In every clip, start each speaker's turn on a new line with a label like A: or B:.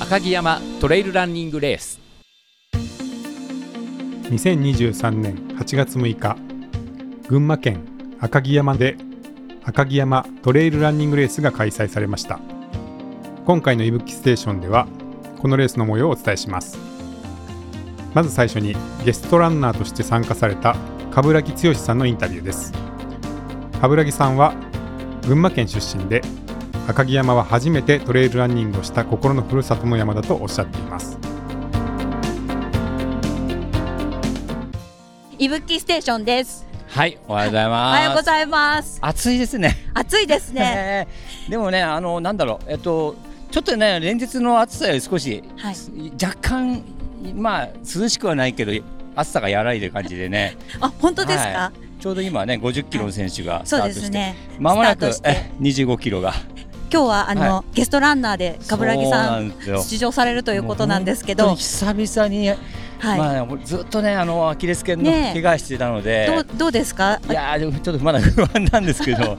A: 赤城山トレイルランニングレース
B: 2023年8月6日群馬県赤城山で赤城山トレイルランニングレースが開催されました今回の「いぶきステーション」ではこのレースの模様をお伝えしますまず最初にゲストランナーとして参加された冠城剛さんのインタビューです冠城さんは群馬県出身で赤城山は初めてトレイルランニングをした心のふるさとの山だとおっしゃっています
C: いぶきステーションです。
A: はいおはようござい
C: お
A: ます
C: はようございます。
D: 暑いですね。
C: 暑いです ね。
D: でもね、あのなんだろう、えっとちょっとね連日の暑さより少し、
C: はい
D: 若干まあ涼しくはないけど暑さが和らいでる感じでね。
C: あ、 本当ですか。
D: はちょうど今ね50キロの選手がス
C: そう
D: ター
C: で
D: ト
C: す
D: して、
C: ね。
D: まもなく
C: スタートして
D: え25キロが
C: 今日はあの、
D: は
C: ゲストランナーで冠城さ
D: そうんなんですよ
C: 出場されるということなんですけ
D: も
C: ど、
D: う本当に久々に、
C: はい、
D: まあずっとねあのアキレス腱の
C: ねえ
D: 怪我してたので、
C: どうどうですか。
D: いやーでもちょっとまだ不安なんですけ ど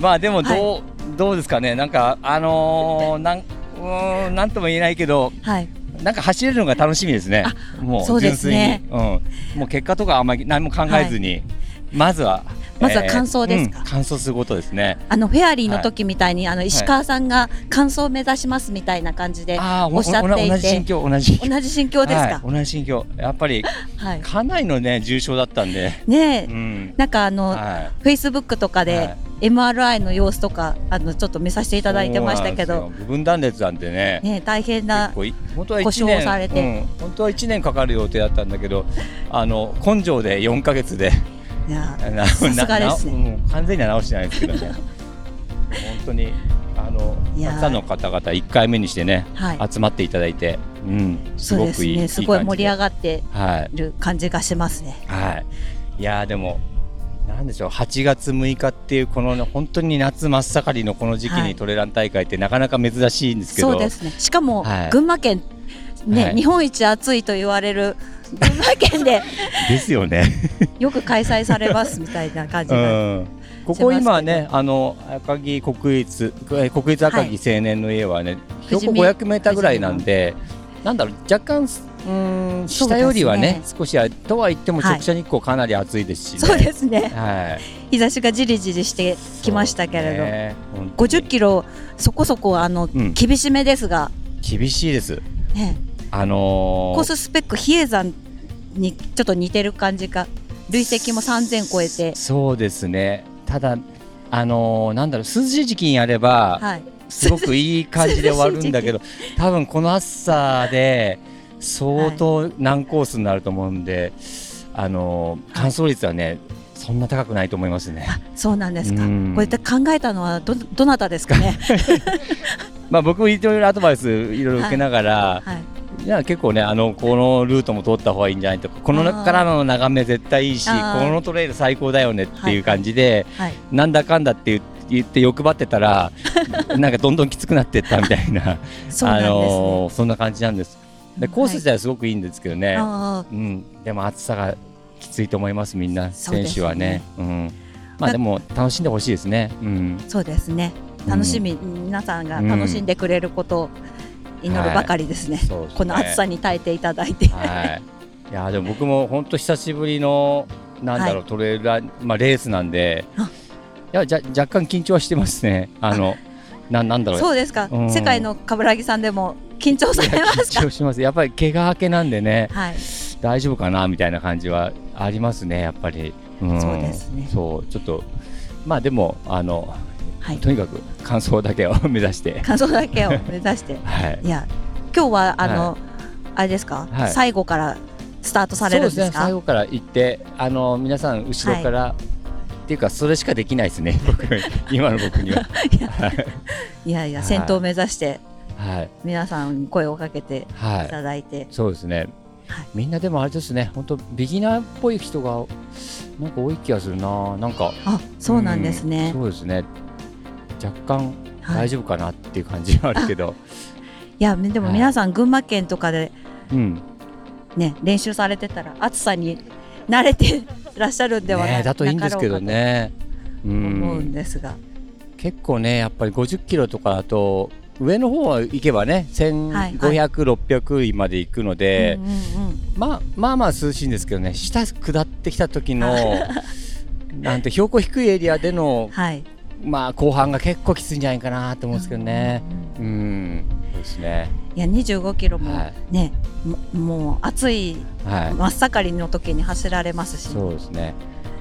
D: まあでもどう、どうですかねなんかあのー、なんうーんなんとも言えないけど
C: はい、
D: なんか走れるのが楽しみですねも
C: そうですね
D: 純粋に、うん、もう結果とかあんまり何も考えずに、まずは
C: まずは完走ですか
D: うん完走することですね
C: あのフェアリーの時みたいに、あの石川さんが完走を目指しますみたいな感じで
D: あー
C: おっしゃっていて、
D: 同じ心境同じ
C: 同じ心境ですか
D: は。い、同じ心境やっぱり
C: はい、
D: かなりのね重症だったんで、
C: ねえ、
D: うん、
C: なん かあの、
D: はい
C: フェイスブックとかで、
D: はい
C: MRI の様子とかあのちょっと見させてい
D: い
C: ただいてましたけど、
D: 部分断裂なんでね
C: ね、大変な
D: 結構い本当は
C: 故
D: 一
C: 障
D: 年
C: されて
D: うん本当は1年かかる予定だったんだけど あの根性で4か月で
C: いや
D: なな
C: さすがですね
D: なもう完全には直してないですけどね本当にあの
C: いやー
D: たくさんの方々1回目にしてね、
C: はい
D: 集まっていただいて、うん、す
C: そう
D: ご
C: です
D: くいい
C: ねすごい盛り上
D: が
C: がって
D: はい
C: る感じがしますね。
D: はい、いやーでもなんでしょう8月6日っていうこのね本当に夏真っ盛りのこの時期
C: はい
D: にトレラン大会ってなかなか珍しいんですけど、
C: そうですねしかも、
D: はい
C: 群馬県ね、
D: はい
C: 日本一暑いと言われる群馬県で
D: ですよね。
C: よく開催されますみたいな感じが、
D: ここ今ね、あの赤城国立え国立赤城青年の家はね、
C: 富士
D: 標高
C: 見
D: 500メーターぐらいなんで、なんだろう若干うーん
C: そうですね
D: 下よりはね少しあとは言っても
C: はい
D: 直射日光かなり暑いですし、ね、
C: そうですね
D: はい
C: 日差しがじりじりしてきましたけれど、
D: ど、
C: 50キロそこそこあの、
D: ん
C: 厳しめですが、
D: ロ厳しいです。
C: ね、
D: あのー
C: コーススペック比叡山にちょっと似てる感じが累積も3000超えて、
D: そうですね。ただあのーなんだろう涼しい時期にやれば、
C: はい、
D: すごくいい感じで終わるんだ けど、多分この暑さで相当難コースになると思うんで、あの乾燥率はね、そんな高くないと思いますね。
C: あそうなんですか
D: うん
C: これって考えたのはどどなたですか ね
D: まあ僕もいろいろアドバイスいろいろ受けながら、
C: はい
D: いや結構ねあのこのルートも通った方がいいんじゃないとかこの
C: あー
D: 中からの眺め絶対いいしこ
C: あー
D: のトレイル最高だよねっていう感じで、
C: はい
D: なんだかんだって言って。言って欲張って たらなんかどんどんきつくなってったみたいな
C: そうなんですね、
D: あのーそんな感じなんです。でコース自体はすごくいいんですけどね、
C: あ
D: うん、でも暑さがきついと思います、みんな、
C: そうですね
D: 選手はね。うんまあ、
C: だ
D: でも楽しんでほしいですね。うん、
C: ーそうですね楽しみ、皆さんが楽しんでくれることを祈るばかりですね、
D: そうですね
C: この暑さに耐えていただいて、
D: はい、いやでも僕も本当久しぶりのなんだろう、
C: は
D: トレーラー、まあ、レースなんで
C: あ
D: いやじゃ若干緊張はしてますね。あのななんだろう
C: そうですか、
D: うん
C: 世界の冠城さんでも緊張さ
D: い
C: れ
D: や
C: ます
D: 緊張しますやっぱり怪我明けなんでね
C: はい
D: 大丈夫かなみたいな感じはありますねやっぱり、うん
C: そうですね
D: そうちょっとまあでもあの
C: はい
D: とにかく感想だけを 目指して、
C: 感想だけを目指して
D: はい
C: い、や今日はあの、あれですか、
D: はい
C: 最後からスタートされるんですか
D: 最後から行ってあの皆さん後ろから、っていうかそれしかできないですね 僕今の僕には、
C: いやいや
D: はい
C: 先頭を目指して
D: はい
C: 皆さんに声をかけて
D: はい
C: た
D: い、
C: だいて、
D: そうですね、
C: はい
D: みんなでもあれですね本当ビギナーっぽい人がなんか多い気がするななんか
C: あそうなんですね
D: うん、そうですね若干
C: は
D: 大
C: い、い
D: 丈夫かなっていう感じはあるけど、
C: やでも皆さん群馬県とかで
D: うん
C: ね練習されてたら暑さに慣れてらっしゃるんではない
D: ね、だといいんですけど
C: なか
D: ね。う
C: ろうかと思うん
D: ん、
C: ですが、
D: 結構ねやっぱり50キロとかだと上の方は行けばね
C: はい
D: 1500、600まで行くので、
C: うんうんうん
D: まあまあまあ涼しいんですけどね下下ってきた時のなんて標高低いエリアでの
C: はい。
D: まあ後半が結構きついんじゃないかなと思うんですけどね。うん、そうですね。
C: いや25キロも
D: はい
C: ね、ももう暑い
D: はい。
C: 真っ盛りの時に走られますし、
D: そうですね。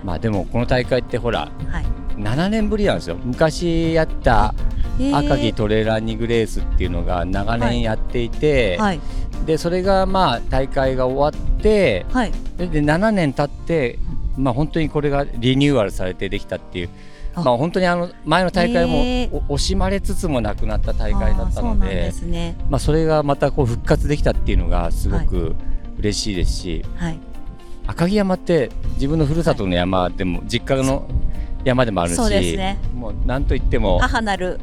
D: まあでもこの大会ってほら
C: はい。
D: 7年ぶりなんですよ。昔やった
C: へー
D: 赤城トレーラーニングレースっていうのが長年やっていて、
C: はい
D: でそれがまあ大会が終わって
C: はい。
D: でで7年経ってまあ本当にこれがリニューアルされてできたっていう。
C: あ
D: まあ本当にあの前の大会も
C: へー
D: お惜しまれつつもなくなった大会だった
C: あーそう
D: の
C: なん
D: で
C: ですね。
D: まあ、それがまたこう復活できたっていうのがすごく嬉しいですし、
C: はい。
D: 赤城山って自分のふるさとの山でも、実家の山でもあるし
C: そうですね
D: もうなんといっても、
C: 母なる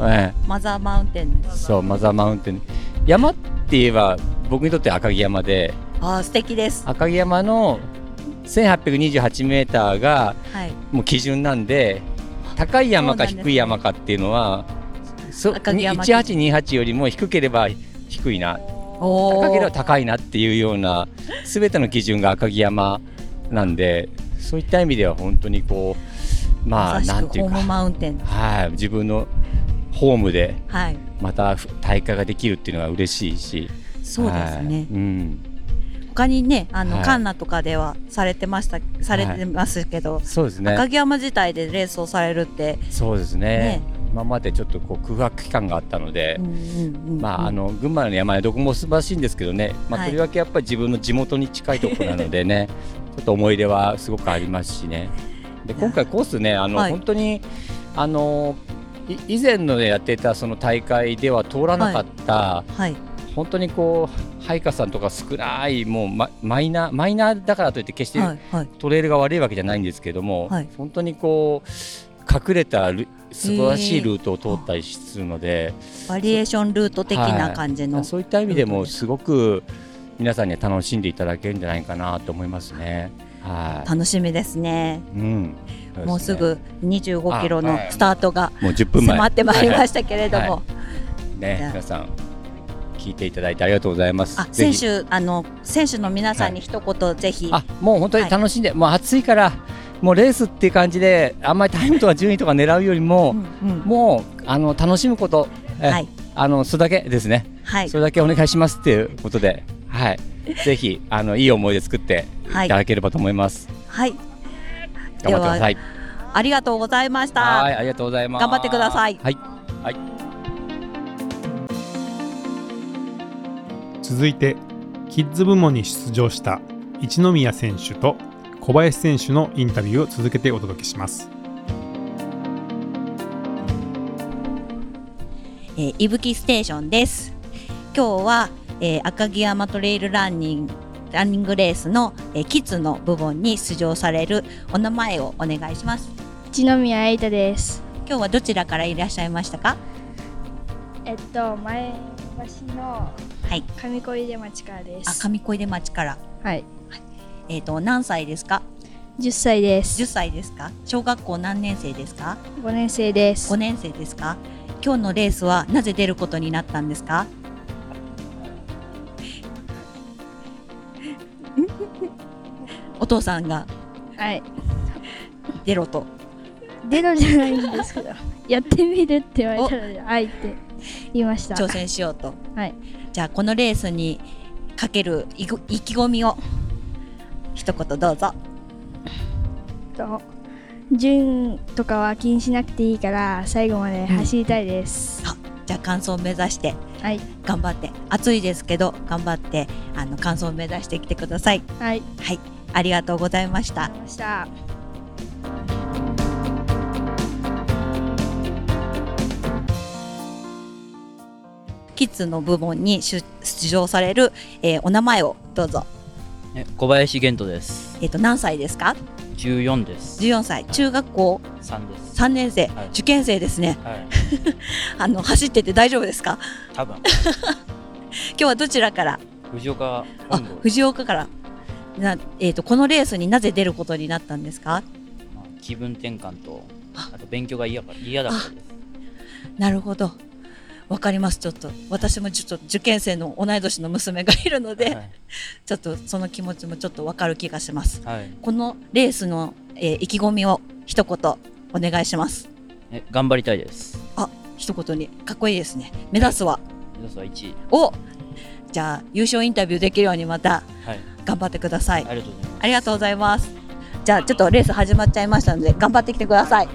D: え
C: マザーマウンテンで
D: え
C: す。
D: そうマザーマウンテン山って言えば僕にとって赤城山で
C: ああ素敵です。
D: 赤城山の1828メーターが
C: はい。
D: もう基準なんで高い山
C: そうな
D: か
C: んですね
D: 低い山かっていうのはそ
C: 赤城山
D: 1828よりも低ければ低いな
C: お
D: 高けれ
C: ー
D: ば高いなっていうようなすべての基準が赤城山なんでそういった意味では本当にこうまあ
C: ま
D: な
C: さ
D: ん
C: してく
D: いう
C: ホーム
D: か
C: マウンテン。
D: はい自分のホームで
C: はい。
D: また大会ができるっていうのが嬉しいし
C: そうです
D: はい
C: ね。
D: うん
C: 他にねあの、
D: はい
C: カンナとかではされてましたされてますけど、
D: そうですね
C: 赤城山自体でレースをされるって、
D: そうですね
C: ね
D: 今までちょっとこう空白期間があったので、
C: うんうんうん
D: まあ、あの群馬の山はどこも素晴らしいんですけどね、まあ、
C: はい
D: とりわけやっぱり自分の地元に近いところなの でねちょっと思い出はすごくありますしねで今回コースねあの、
C: はい
D: 本当にあのい以前のやっていたその大会では通らなかった、
C: はい
D: 本当にこうハイカさんとか少ないもうママイナーマイナーだからといって決して
C: はいはい
D: トレイルが悪いわけじゃないんですけども、
C: はい
D: 本当にこう隠れたル素晴らしいルートを通ったりするので。
C: バリエーションルート的な感じの、
D: そういった意味で
C: 本当
D: も
C: に
D: すごく皆さんには楽しんでいただけるんじゃないかなと思いますね。はい。
C: 楽しみですね。
D: うん。そ
C: もうす
D: でね
C: ぐ25キロの
D: あはい
C: スタートが
D: もう10分前。
C: 迫ってまいりま
D: し
C: したけれども、
D: はいた。ね、皆さん聞いていただいてありがとうございます。
C: あ選
D: ぜひ
C: 手あの選手の皆さんに一言ぜひ、
D: あもう本当に楽しんで、もう暑いからもうレースっていう感じであんまりタイムとか順位とか狙うより
C: う
D: も、
C: んうん
D: もうあの楽しむこと、え
C: はい
D: あのそれだけですね。
C: はい
D: それだけお願いしますっていうことで、 はい。ぜひあのいい思い出作ってい
C: はい
D: ただければと思います。
C: はい
D: 頑張ってください。
C: ありがとうございました。
D: はい、ありがとうございます。
C: 頑張ってください
D: はい。
B: 続いてキッズ部門に出場した一宮選手と小林選手のインタビューを続けてお届けします
C: えー、いぶきステーションです今日は、えー赤城山トレイルランニングランニングレースの、えーキッズの部門に出場されるお名前をお願いします
E: 一宮瑛太です。
C: 今日はどちらからいらっしゃいましたか
E: えっと前橋の
C: はい
E: 上小出町からで
C: あ
E: す。
C: 上小出町から
E: はい。
C: えっ、と何歳ですか
E: 十歳です。
C: 10歳ですか小学校何年生ですか
E: 五年生です。
C: 5年生ですか今日のレースはなぜ出ることになったんですかお父さんが
E: はい。
C: 出ろと
E: 出るじゃないんですけ ど、やってみるって言われたので、はいって言いました。
C: 挑戦しようと
E: はい。
C: じゃあこのレースにかける意気意気込みを一言どうぞ
E: と順とかは気にしなくていいから最後まで走りたいです。
C: じゃあ完走を目指して
E: はい。
C: 頑張って暑いですけど頑張ってあの完走を目指してきてください
E: はい。
C: はいありがとうございました
E: ありました。
C: キッズの部門に出出場される、えーお名前をどうぞ
F: え小林玄斗です。
C: えっ、と何歳ですか
F: 14です。
C: 14歳中学校
F: 3です。
C: 3年生、
F: はい
C: 受験生ですね
F: はい。
C: あの走ってて大丈夫ですか
F: 多分
C: 今日はどちらから
F: 藤岡
C: あ
F: 本郷です。
C: 藤岡からな、えー、とこのレースになぜ出ることになったんですか
F: まあ気分転換と
C: あ
F: あと勉強が嫌か嫌だからです。
C: なるほどわかりますちょっと私もちょっと受験生の同い年の娘がいるので、
F: はい
C: ちょっとその気持ちもちょっとわかる気がします
F: はい
C: このレースの、えー意気込みを一言お願いします
F: え頑張りたいです
C: 一言にかっこいいですね目指すは
F: 皆さん1位
C: おじゃあ優勝インタビューできるようにまた
F: はい
C: 頑張ってください、
F: ありがとうございます
C: ありがとうございますじゃあちょっとレース始まっちゃいましたので頑張ってきてください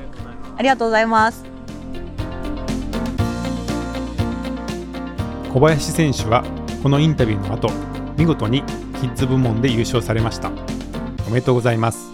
C: ありがとうございます
B: 小林選手はこのインタビューの後見事にキッズ部門で優勝されましたおめでとうございます